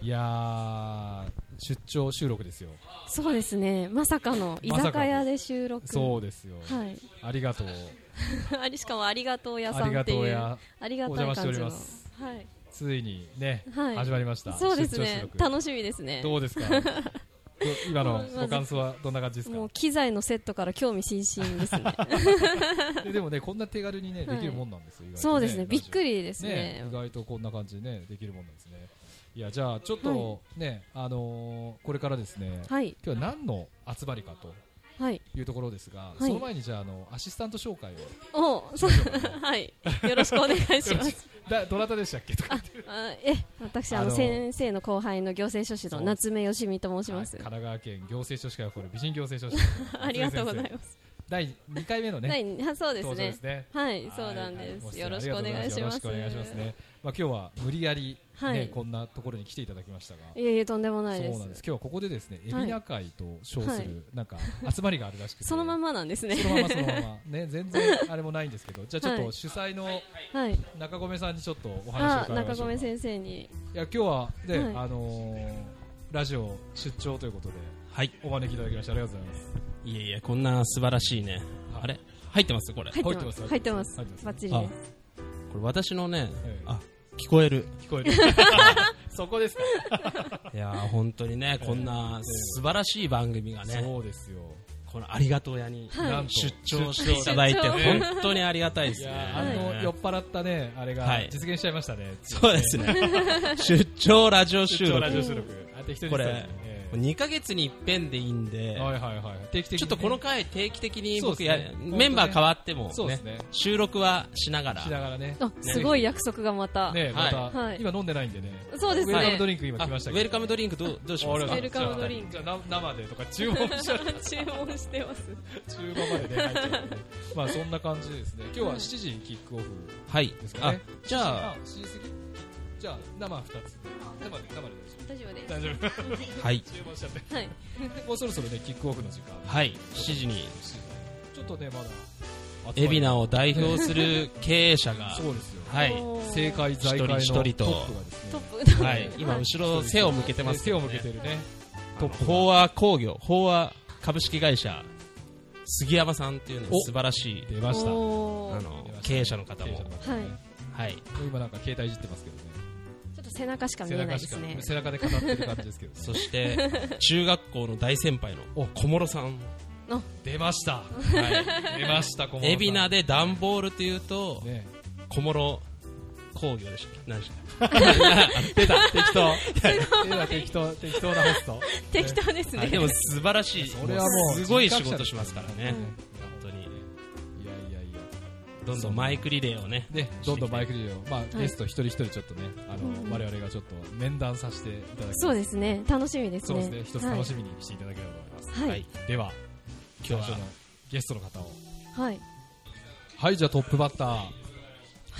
いやー出張収録ですよそうですねまさかの居酒屋で収録、そうですよ、はいありがとう ありしかもありがとう屋さありんっがてとういう屋ありがたいお感じ邪の魔はしていついにね、はい始まりましたそうです出張収ね録楽しみですねどう ですかど今のまずご感想はどんな感じですかもう機材のセットから興味津々 ですねででもねこんな手軽にねはいできるもんなんですよ、意外とねそうですねラジびオっくりですねね意外とこんな感じでねできるもんなんですねいやじゃあちょっはとね、あのーこれからですね、はい今日は何の集まりかとはいいうところですが、いその前にじゃああのアシスタント紹介をおしましょ うかはいよろしくお願いしよまろしすだどなたでしたっけとかあえ私あのあの先生の後輩の行政書士の夏目よしみと申しますはい神奈川県行政書士会が誇る美人行政書士 ありがとうございすます第2回目のねはいあそうで登す場でねすねはいそうなんですはいよろしくお願いしますよろしくお願いしますねまあ今日は無理やりはねいこんなところに来ていただきましたがいえいえとんでもないでそうなんですす今日はここでですね海はい老名会と称はすいるなんか集まりがあるらしくて そのままなんですねそのままそのままね全然あれもないんですけどじゃあちょっはとい主催のはい中込さんにちょっとお話をあ伺いま中しょうか込い先生にや今日はねはいあのーラジオ出張ということではい。お招きいただきましてありがとうございますいえいえ、こんな素晴らしいね。あれ入ってますこれ。入こってます入入っっててまますす入ってますバッチリでれ私のねええ、あ、聞こえる。聞こえる そこですかいやー本当にね、こんな素晴らしい番組がね、そうですよこのありがとう屋にはいなんと出張していただいて、出張本当にありがたいですいねや。ーあの酔っ払ったねあれがはい実現しちゃいましたねそうで すね。出張ラジオ収出張録ラ。ジオ収録あ適当にこしたいれね、え2ヶ月に一遍でいいんえで、はいはいはい定期的にねちょっとこの回定期的にそうで僕すや、ねメンバー変わってもそうでねすね収録はしながらしながらねあすごい約束がまたねまはいた、はい今飲んでないんでねそうですねウェルカムドリンク今来ましたあけどウェルカムドリンクど うどうしますあかれウェルカムドリンクじゃあな生でとか注文しちゃう 注文してます中盤までね入っちゃうんでねまあそんな感じですね今日は7時にキックオフはいですかあねじゃあ7時半7時過ぎじゃあ生2つ生で生で大丈夫です大丈夫 はい注文しちゃってはいもうそろそろねキックオフの時間はい7時にちょっとねまだ海老名を代表する経営者が そうですよはいおー政界財界のト一人一ップ人とがですトねップはい今後ろ背を向けてます手けをど向ねけてるねあトのップ飽和工業飽和株式会社杉山さんっていうねお素晴らしい出ましたおあーの経営者の方経営者もの方はもいねはい今なんか携帯いじってますけどねちょっと背中しか見背えない中でしかすね背中で語ってる感じですけど ねそして 中学校の大先輩の小室さん出ましたはい出ました小室さん海老名で段ボールっていうとね小室工業でしたっけ何でしたっけ 出た適当出 た適 当適当なホスト適当ですはいでねも素晴らしい、それはもうすごい仕事しますから本ね、本当当ににいやいやいやどんどんマイクリレーをね、ね、どんどんマイクリレーを、まあ、いゲスト一人一人ちょっとね、あの、うん我々がちょっと面談させていただきます。そうですね楽しみですそうねですね、一つ楽しみにしていただければと思います。はいははいい、では、今今日日のはゲストの方を。はいはい、じゃあトップバッター、は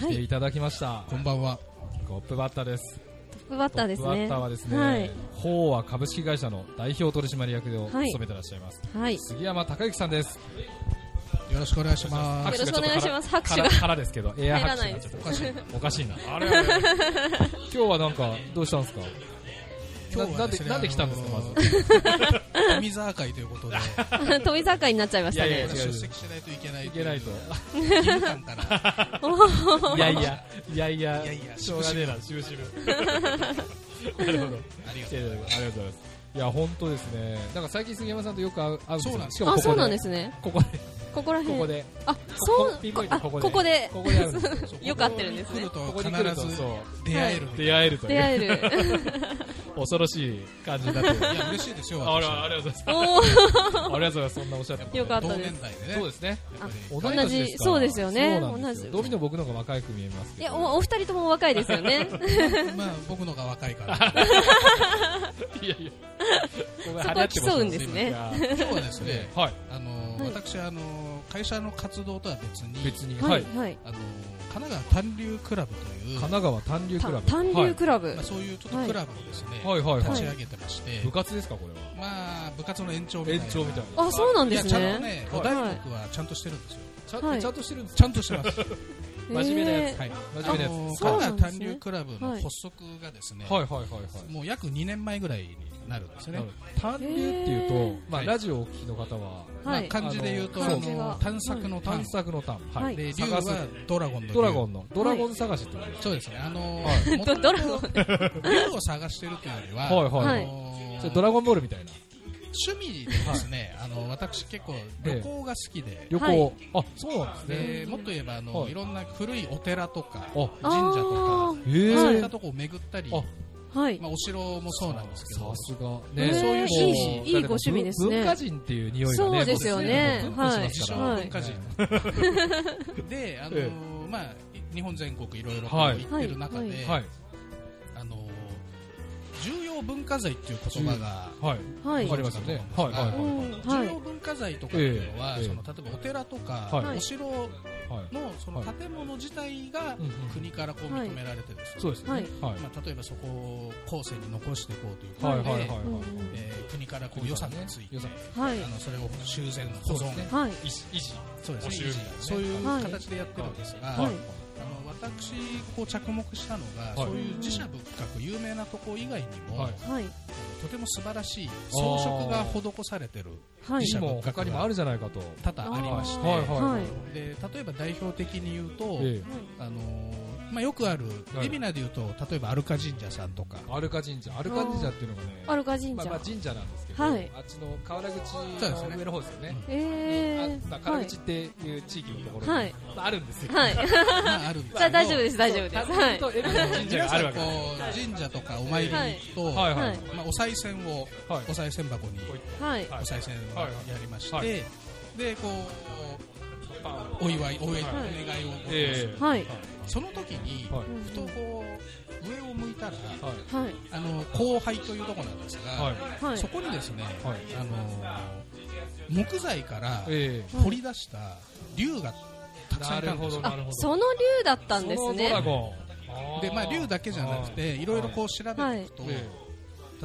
来ていいただきました。こんばんは。トップバッターです。トップバッターですトップバねッターはですね、はい法和株式会社の代表取締役をはい務めてらっしゃいます。 はい杉山隆之さんです。よろしくお願いしま拍す。手がちょっとよろしくお願いしかますら拍手がからからですけど、エア拍入ら手なにいなっでちすゃっておかしいな。おかしいな。 あれあれあれ今日はなんか、どうしたんですか今日なはなんですねなんで来たんですか、まず。あの富沢会ということで、富坂会になっちゃいましたいやいやね違う出席しないといけない。いけないと。義務感から。いやいや、いやいや、いやいやしょうがねえな、しぶしぶ。なるほど。いやいやありがとう ありがとございます。いや、本当ですね。なんか最近杉山さんとよく会う、会うんですそうよなんでしすかもあここ。そうなんですすねここで、ここらここ辺で。あそうここピンポインあトここでここでここで会うんですよ。 よかったるんですね来ることこ必に来ると、ずそ出会えるう。みたい出会えるという。出会える恐ろしい感じになってる。な。いや嬉しいです よ。あ私ら、ありがとうございます。おーありがとうございます。そんなおっしゃってくれて。よかった同です年代でね。そうですね。やっぱり同同じ年ですからそうですよねそうなんですよ同じ同期の僕の方が若く見えますけいど。やおお二人とも若いですよねまあ僕のが若いから。いやいや。そそこは競うんですね今日はですね、はい。あのはい私あの会社の活動とは別に、別に、ははいい。はいあの神奈川短流クラブとい神、う奈川短流クラブ。短流クラブまあそういうちょっとクラブをですね、はいはいはい立ち上げてまして部、活ですか、これは。まあ部活の延長みたい延な。長みたいな。あそうなんいでやすちゃんとねね、はいお題目はちゃんとしてるんですよ。ちゃんはいちゃんとしてるんですちゃんとしてます。真面目なやつ。はい、真面目なやつあのそう神なん奈ですね川短流クラブの発足がですね、はいはいはいはい。もう約2年前ぐらいになるんですなるねほ。ど単流っていうと、まあはいラジオをお聞きの方は、まはあ、い。漢字で言うと、あはいの探索の探探索の単、ははいい。で、竜探すはドラゴンの竜ドラゴンの、ドラゴン探しってことですそうですね。あのはー、もとドドもラゴン。と竜を探してるというよりは、はいはいはいあのーそれドラゴンボールみたいな。趣味でですね、あの私結構旅行が好きで、旅行。あ、そうなんですね。でもっと言えばあの、はいい、ろんな古いお寺とかあ、神社とか、えそういーったとこを巡ったり、あはい。まあ、お城もそうなんですけどさ、すが。えね、ーそういういいしもういいご趣味ですね文化人っていう匂いがね。そうですよもうねプンプンし自ます称からはい文化人、で、あのえまあ、日本全国いろいろこうはい行ってる中で、はい。あの重要文化財っていう言葉が、はい。はい。わかりますよね。はいはいはいはいうん重はい。要文化財とかっていうのは、ええその例えばお寺とか、はいお城はい。のそのは建物自体がうんうん国からこう認められてるんですよそうですね。ははいい。まあ、例えばそこを後世に残していこうというはいこはいとはいはいでうんうんえー国からこう予算がついて、予算はい。あのそれを修繕保そう存ですねはい。維持維持。そうです補ね修みたいなねそういうはい形でやってるんですが、はいあの私こう着目したのが、いそういう寺社仏閣有名なとこ以外にも、はいはい。とても素晴らしい装飾が施されてるはい。にも他にもあるじゃないかと。多々ありまして、はいはいははいい。で例えば代表的に言うと、えあのーまあ、よくあるはい海老名で言うと例えばアルカ神社さんとかえアルカ神社、アルカ神社っていうのがね、アルカ神まあまあ社。神社なんですけど、はいあっちの河原口そうですねの上の方ですよね。えあー。まあ河原はい口。っていう地域のところに、はいまああるんですよ。はい。まああるんですけどさあ、大丈夫です、大丈夫です。はずいっ。と江戸川神社皆があさるんわけこです。う神社とかお参りに行くと、はいはいははいい。まあ、お賽銭をはいお賽銭箱にはい。お賽銭をはいやりまして、はいでこうお祝いお祝い、はいお願いをこうええはい。その時に、はいうんふとこう上を向いたらはいはい。あの後輩というところなんですが、はいはいそ。こにですね、はいあの木材からえ掘り出した竜がたえくさんいたんですよあ、その竜だったんですそのドラね。ゴン。で、まあ、竜だけじゃなくていろいろこう調べていくと、はいえ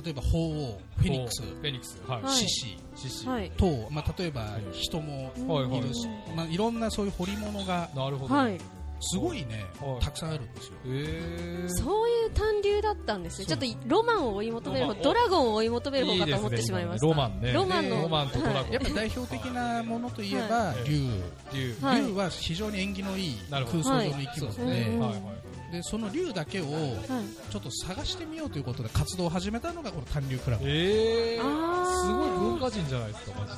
例えば鳳凰フェニックスフェニックス。はい。はい獅子獅子はい。等、まあ、例えばはい人もはいはいいるし、まあ、いろんなそういう彫り物がなるほど。はい。すごいね、はいたくさんあるんですよええそういう単流だったんですね。ちょっとロマンを追い求める方、ドラゴンを追い求める方かと思ってしまいました。いいですねロマンねロマンの。ロマンとドラゴンはいやっぱ代表的なものといえば、い竜竜。はい竜は非常に縁起のいいな空るほど想上の生き物で,、はいはいはい。でその竜だけをはい。ちょっと探してみようということで活動を始めたのがこの短竜クラブええあーすごい文化人じゃないですか、マジ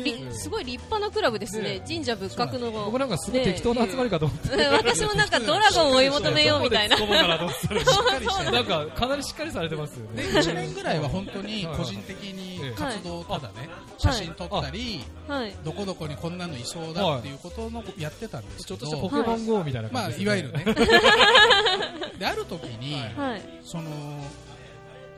で。すごいりすごい立派なクラブですね。ね神社仏閣の。僕なんかすごい適当な集まりかと思って。ね 私もなんかドラゴンを追い求めようみたいな。そこで突っ込もうかなと思ってたらしっかりしてなんるか、かなりしっかりされてますよでね。 1年ぐらいは本当に個人的はいにはい活動をただね、写真撮ったり、はい。どこどこにこんなのいそうだっていうことのやってたんですちけょっとど、したポケモン GO みたいなまあ感じいですわねゆるね である時に、はい。その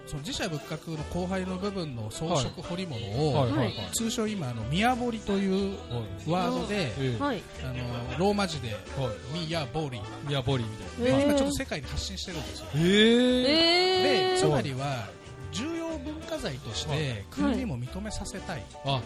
その自社仏閣の後輩の部分の装飾彫り物を、はいはいはい通称今あの「ミヤ彫り」というはいワードで、ええはい。あのローマ字では「ミヤ彫りいミヤボリーみたいな」えー今ちょっと世界に発信してるんですよえええでーつまりは重要文化財としはて国にも認めさせたい、あ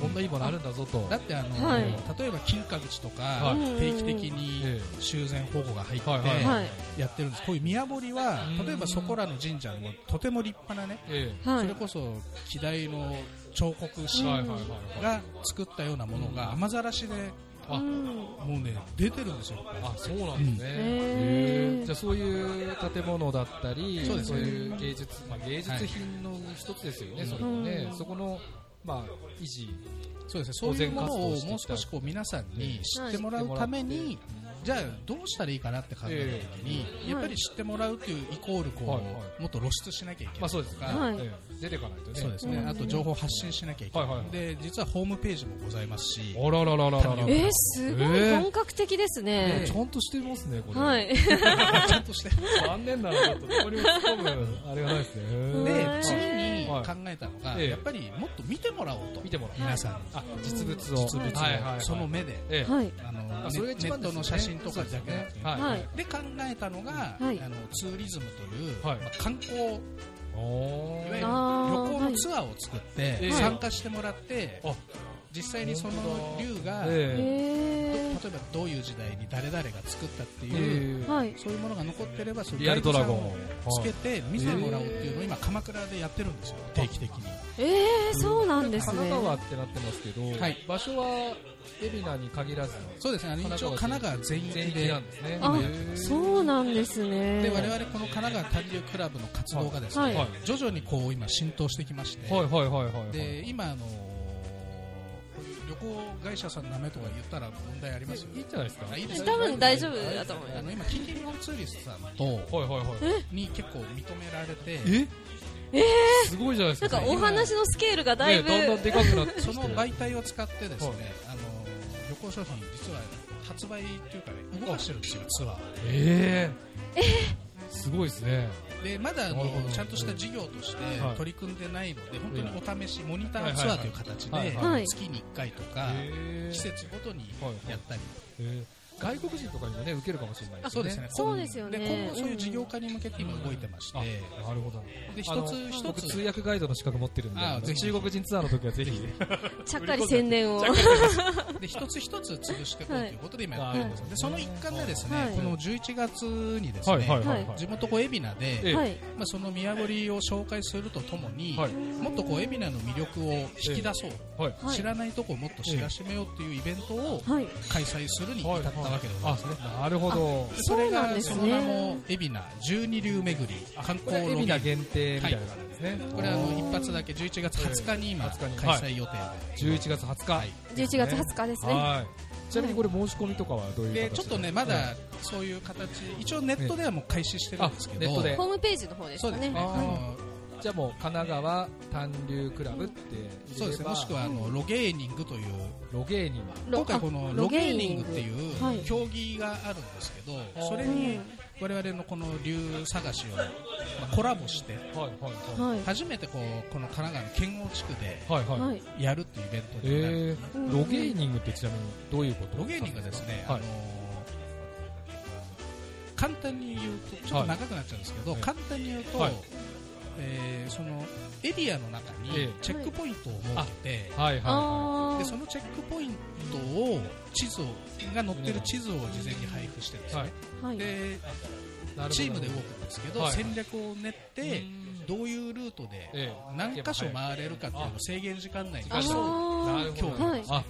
こんないいものあるんだぞとだってあの、はい例えば金閣寺とか、はい定期的にえ修繕保護が入って、はいはいはい。やってるんですこういう宮堀はうん例えばそこらの神社もとても立派なねえはそれい。こそ希代の彫刻え師はいはいはいはいが作ったようなものが雨ざらしであうんもうね出てるんですよあそうなんですね、へーじゃあそういう建物だったりそうですねいう芸術、まあ、芸術品の一つですよね、はいそれもね、うんそこの、まあ、維持そうですねそういうものをもう少しこう皆さんに知ってもらうためにじゃあどうしたらいいかなって考えた時にえやっぱり知ってもらうというイコールこうはいはいもっと露出しなきゃいまけなあいそうですね、はいええ出ていかないとねそうですねうんあと情報発信しなきゃいけはいはないいで実はホームページもございますしあららららららえー、すごい本格的ですえねえ。ちゃんとしてますねこれ、はい。ちゃんと して残念ながらちょっとここに突っ込むあれがないですねではい次に考はいえたのがええやっぱりもっと見てもらおうと見てもらう皆さんにあ実物を実物をはいはいはい、その目でええはい。あのあネそれがネ一ッ番でトすねの写真とかじゃなくてねははい。で考えたのが、はいあのツーリズムという、はいまあ、観光いわおーゆる旅あー行のツアーを作って、はい参加してもらって、あ実際にその竜が、えへ例えばどういう時代に誰々が作ったってえいう、ーはいそういうものが残ってればそのリアルドラゴンをつけて見せてもらおうっていうのを今鎌倉でやってるんですよ定期的にえー、そうなんです神ね奈川ってなってますけど、はい場所は海老名に限らずそうですねあの一応神奈川全域全域でなんですねあへーそうなんですねで我々この神奈川短流クラブの活動がですね、はいはい徐々にこう今浸透してきまして、はいはいはいはいはいで今あのーこういう旅行会社さんの名前とか言ったら問題ありますよいいんじゃないですかあはいいです多分大丈夫だと思いますあの今近畿日本ツーリストさんといはいはいに結構認められてえすごいじゃないですなんかかお話のスケールがだいぶ、ねだんだんでかくなってきてその媒体を使ってですね、はいあの旅行商品実は発売というかね動かしてるんですよツアーをええすごいですねでまだあなのるほどちゃんとした事業としてはい取り組んでないので、本当にお試し、モニターツアーという形で、はいはいはいはいはい月に1回とか、へー季節ごとにやったり、へー外国人とかにもね受けるかもしれないあそうですねそうですよねで今後、そういう事業化に向けて今、動いてまして、あなるほどであの一つ一僕つ通訳ガイドの資格持ってるんでああのぜひ中国人ツアーの時はぜひちゃっかり宣伝をで一つ一つ潰していこうということで今やってるんですよ、はいでその一環でですね、はいこの11月にですね、はいはいはいは地元こう海老名で、ええはいまあ、その宮堀を紹介するとともに、はいもっとこう海老名の魅力を引き出そう、はいはい知らないとこをもっと知らしめようっていうイベントをはい開催するに至ったわけでございますね、あなるほどでそそれうなんがですその名ねも海老名十二流巡り観これ光海ロケ老名限定みたいな感じですね、これあの一発だけ11月20日に今ええ20日に開催予定で、 11月20日、 11月20日ですねはいちなみにこれ申し込みとかはどういう形でちょっとねまだそういう形一応ネットではもう開始してるんですけど、あネットでホームページの方ですそうかですねねあのじゃあもう神奈川短流クラブって入れればそうですねもしくはあのロゲーニングというロゲーニロ今回こあのロゲーニングっていはいう競技があるんですけど、ーそれに我々のこの竜探しをまあコラボしてマはいはいははい初めてこうこの神奈川の県央地区でいはいははいいやるっていうイベントになる、えー、ロゲーニングってちなみにどういうことロゲーニングはですね、はいあのー簡単に言うとちょっと長くなっちゃうんですけど、はい簡単に言うと、はいえーそのエリアの中ええにチェックポイントを設けて、はいはいはあでーそのチェックポイントを地図をが載ってる地図を事前に配布してですね、はいはいでいなるほどチームで動くんですけど、はい戦略を練ってどういうルートでえ何箇所回れるかっていうのを制限時間内にあーえなーるほど、はいあ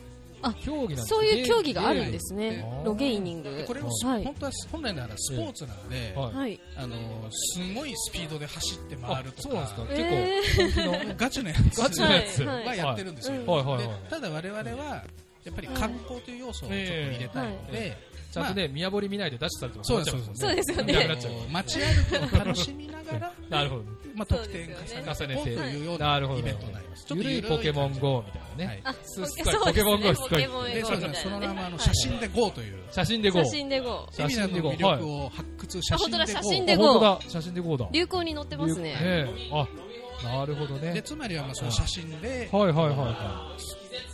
あ競技なんですねそういう競技があるんですねえーロゲーニンでグこれをす、はい本当は本来ならスポーツなので、はい、はいあのすごいスピードで走ってあ回るとそうなんかですか、え結構本気のガチなやつガチのやつはいはやってるんですよ、はいはいはいはいでただ我々はやっぱり観光という要素をちょっと入れたいので、えちゃんとね、宮堀見ないで出しされてますそうですそうですそうですよなねまくなっああのちゃう街歩きを楽しみながら なるほどまあ、得点重ねて重ねてというようななるほどイベントになりますゆるいポケモン GO みたいなね、はいあすっポケごいそうポケモン GO ですすごねいポケモン GO みたでいそなねうですねその名前はあのい写真で GO という写真で GO 写真で GO 写海真老で名 GO の魅力を発掘写真あ本当だで写 GO 真あで本当だ写真で GO だ流行に乗ってますねねえあなるほどねでつまりはまあその写真ではいはいはいは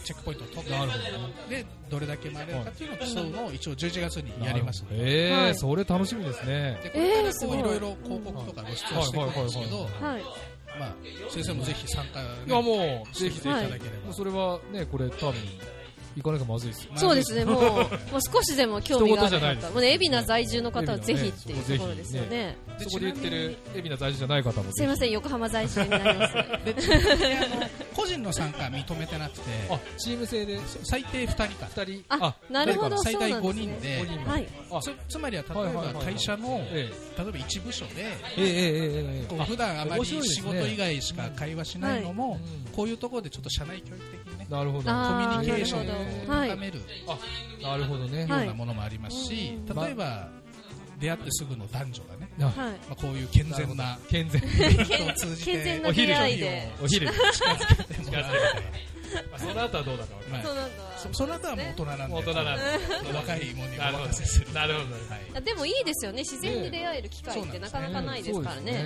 チェックポイントを取ってなるほどねでどれだけ回れるかっていうのを競うのを一応11月いにやりますのでええはいそれ楽しみですねでこれからえーすこごういいろいろ広告とか露出をしていくんですけはいどはいはいまあ先生もぜひ参加ねいやもうぜひぜはいしていただけれひばもうそれはねこれ多分行かなきゃまずいですよそうですね、もう、もう少しでも興味がある人事じゃないで方、すもうね、海老名在住の方はぜひっていうところねですよね。でそこで言ってる海老名在住じゃない方もすいません、横浜在住になります。でちなみにあ の個人の参加は認めてなくてあチーム制で最低2人から二人あ、なるほど、最そう大なん5で人すね。で五人もはい、あつつまりは例はいはいえはいば会社の例ええば一部署でええええええこえう普段あまり面白いです仕ね事以外しか会話しないのもうんこういうところでちょっと社内教育的にねえなるほどコミあューニケーションをなるほど高めるよなるほどねはいうなものもありますしはい例えば出会ってすぐの男女がねあはい。まあこういう健全な健全人を通じ健て全な出 会いで。お昼近づけてもらうみたいあその後はどうだかわかんなそうはいなんだそその後はもう大人なんで大人なんで若い者におないなるほ任せするどなるほどはいあでもいいですよね、自然に出会える機会ってなかなかないですからそうね。です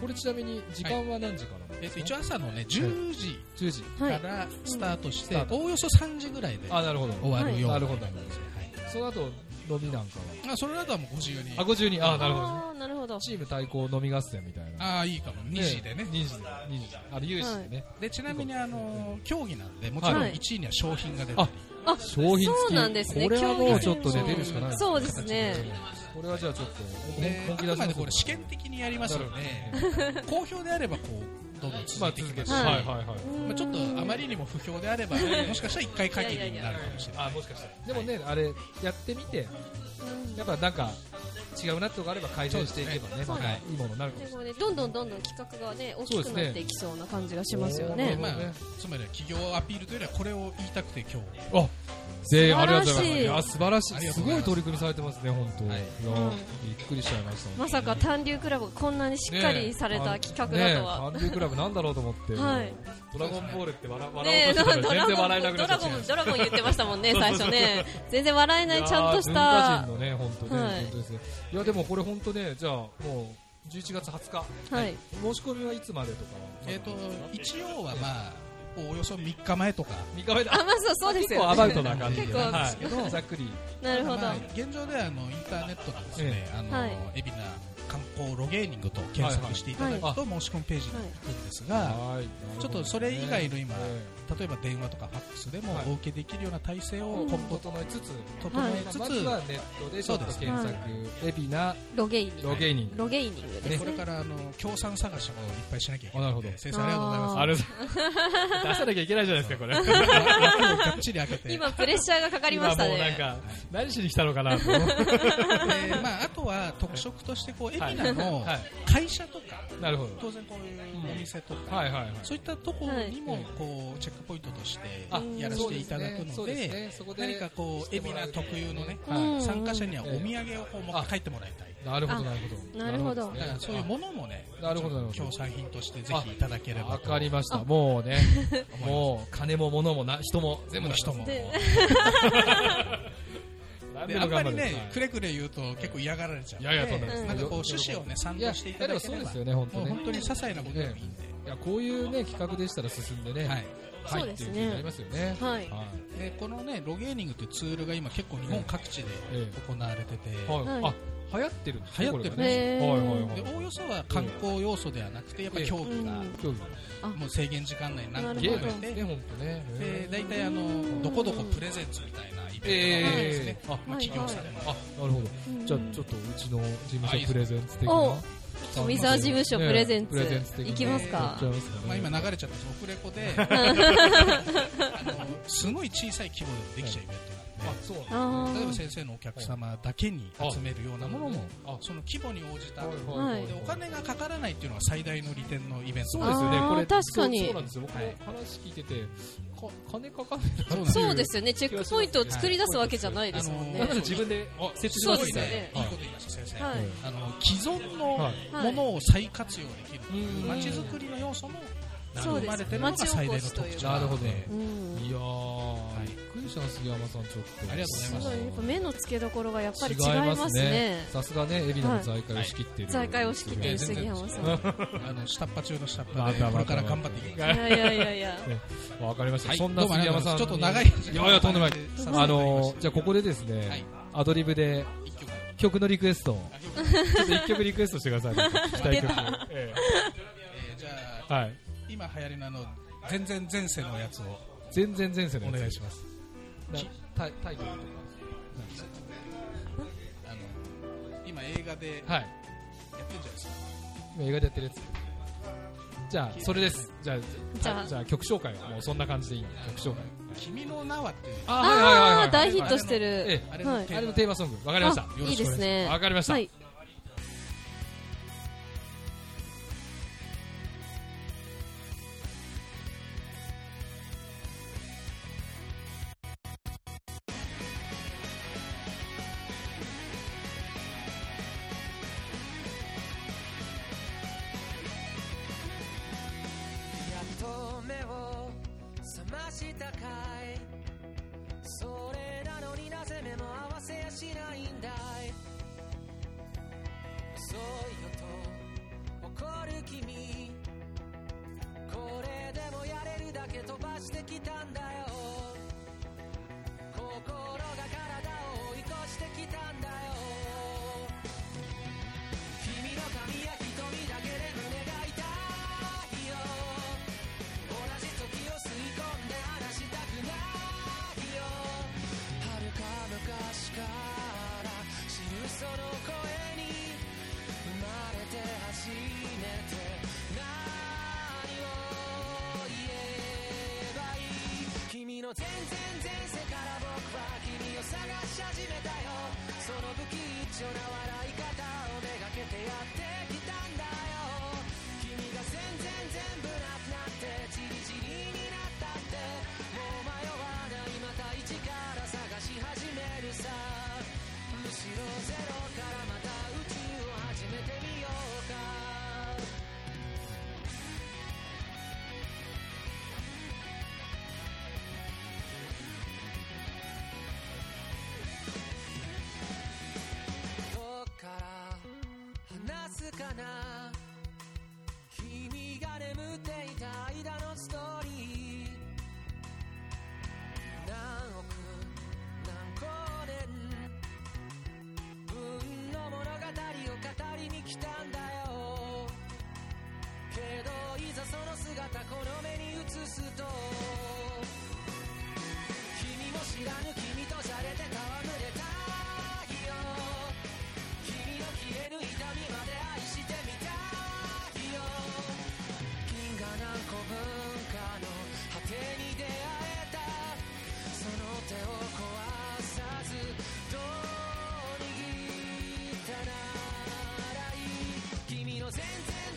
これちなみに時間は何時からなんでえっすとか一応朝のね10時10時はかい。らスタートしてうんスタートおおよそ3時ぐらいであなるほど終わるようななるほどなるほはどいその後飲みなんかはあそれだとはもうご自由にあ52あなるほどねあーなるほど。チーム対抗飲み合戦みたいなああいいかも2時でね2時で2時であれ有志でね、でちなみにあのー競技なんでもちろんはい1位には賞品が出たり、あ、商品付きそうなんですね。これはもうちょっとね競技出るしかないですねそうですね。これはじゃあちょっとで本気あく出しままですこれ試験的にやりますので好評であればこうどんど んま続あいてい続きけまてす、はいまはあいはいちょっとあまりにも不評であればもしかしたら1回限りになるかもしれないあもしかしたらでもねあれやってみてやっぱなんか違うなってのがあれば改善していけばねそまうですねたいいものになるかもでしれもね、どんどんどんどん企画がね、大きくなっていきそうな感じがしますよそうでねす。ねまあ、つまりは企業アピールというよりはこれを言いたくて今日、ないあ全員ありがとうございます素晴らいや素晴らししいあいりがすとうごございますい取り組みされてますね本当、はいいやうんびっくりしちゃいましたまさかね短流クラブがこんなにしっかりされた企画だとは。ねえ韓流クラブなんだろうと思って、はい。ドラゴンボールって笑笑おねうとしてたら全然ド笑えラなゴン、くなドっちゃっラゴたン、ドラゴン言ってましたもんね、最初ね。全然笑えない、ちゃんとしやー文化た人。のね、本当ね、はい本当ですね。いや、でもこれ本当ね、じゃあもう11月20日、はい。申し込みはいつまでとかは。えー、と一応はまあおおよそ3日前とか三日目あ、まだ。あそう、そうです結よ、ね。構アバウトな感じで、結構はいざっくり。なるほど。まあ現状ではあのインターネットでですね、あのはい海老名観光ロゲーニングと検索していただくと、はい申し込みページに行くんですが、はいちょっとそれ以外の今え例えば電話とかファックスでもはいお受けできるような体制をえ今後整えつつ、整えつつ、まずはネットでちょっと検は索、エビナロゲイニング。ロゲイニング。ロゲイニングですでね。これからあの協賛探しもいっぱいしなきゃいけないあのなるほでど先生ありがとうございますあれ出さなきゃいけないじゃないですか、こ れ。枠をがっちり開けて今プレッシャーがかかりました今もうね。なんか、何しに来たのかなと 思って。でまあ、あとは特色としてこう海老名のは会社とかい。なるほど。当然こういうお店とか、はいはいはい。そういったところにもはいこうチェックポイントとしてあやらせていただくのそうで,、すねそうすね何かこう海老名特有のね、はいうん参加者にはお土産をこう持って帰ってもらいたい。なるほどなるほどなるほどなだからるそういうものもね、なるほどなるほど協賛品としてぜひいただければわとかりましたもう ねもう金も物もな人も全部もだう人も。で何で、であもんま頑張るりね、くレれくれ言うと結構嫌がられちゃう。いやいやとんでもういんなんかこうです趣旨をね、賛いや同いしていやたでだもけそうれでば、すよね本当もうね本当に些細なことでもいいんで。いやこういうね企画でしたら進んでねはい。はいそうですねっていう風になりますよねはい。はで、このね、ロゲーニングっていうツールが今結構日本各地でええ行われてて、いははいいあ流行ってるんですね流行ってるこれがねへーはいはいではおおよそは観光要素ではなくてやっぱ競技がうんい競技もう制限時間内に何個もゲやームれですねて本当ねでえ大体あのどこどこプレゼンツみたいなイベントがあるんですねえあまあはい企業さんであなるほどじゃあちょっとうちの事務所プレゼンツ的なおミザー事務所プレゼンツねプレゼンツ的な行きますかやっちゃいますかねまあ今流れちゃったんですオフレコ であのすごい小さい規模でもできちゃうイベントなんあでそうなんですねあ例えばー先生のお客様だけに集めるようなものもあその規模に応じたではいお金がかからないっていうのが最大の利点のイベントそうですよねあーこれ確かにそうそうなんですよ僕も話聞いててか金かかんないなっていそうですよね。チェックポイントを作り出すわけじゃないですもなんんねなら。自分で設置しそまうすでいすいよこねと言いました先生はい。あの既存のはいものを再活用できるといううんまちづくりの要素もそう生でまれてす。るのが町お最こ大のしと特いう徴か。なるほどうん。いやーびっくりしたな杉山さんちょっとありがとうございすまごいやっぱ目の付けどころがやっぱり違い違いまますすねね。さすがね海老名の財界を仕切ってる財界を仕切ってるすごい杉ね山さん。あの下っ端中の下っま端でたまたこれから頑張っていきますいやいやいやいや。わかりましはたいそんな杉山さんにどうもありがとうございますちょっと長いいやいやとんでもないさせていただきましたあのーじゃあここでですねはいアドリブで一曲曲のリクエストをあちょっと一曲リクエストしてください。 聞きたい曲。ええーじゃえはい。あ今流行りのあの全然前世のやつを全然前世のおやつ願いしますなタイタイトルとあの今映画でか。はい。やってるじゃないですか今映画でやってるやつ。じゃあそれです。じゃあじゃあじゃあ曲紹介はもうそんな感じでいいんで曲紹介。 「君の名は」っていうあああー、大ヒットしてるえ。あれはのいテあれーのマテーマソングわかりました。あよろいいしくでお願すねわかりましたは。い。やっと目を覚ましたかいそれなのになぜ目も合わせやしないんだい遅いよと怒る君これでもやれるだけ飛ばしてきたんだよ心が体を追い越してきたたこの目に映すと君も知らぬ君とじゃれて戯れたいよ君の消える痛みまで愛してみたいよ銀河何個文化の果てに出会えたその手を壊さずどう握ったならいい君の全然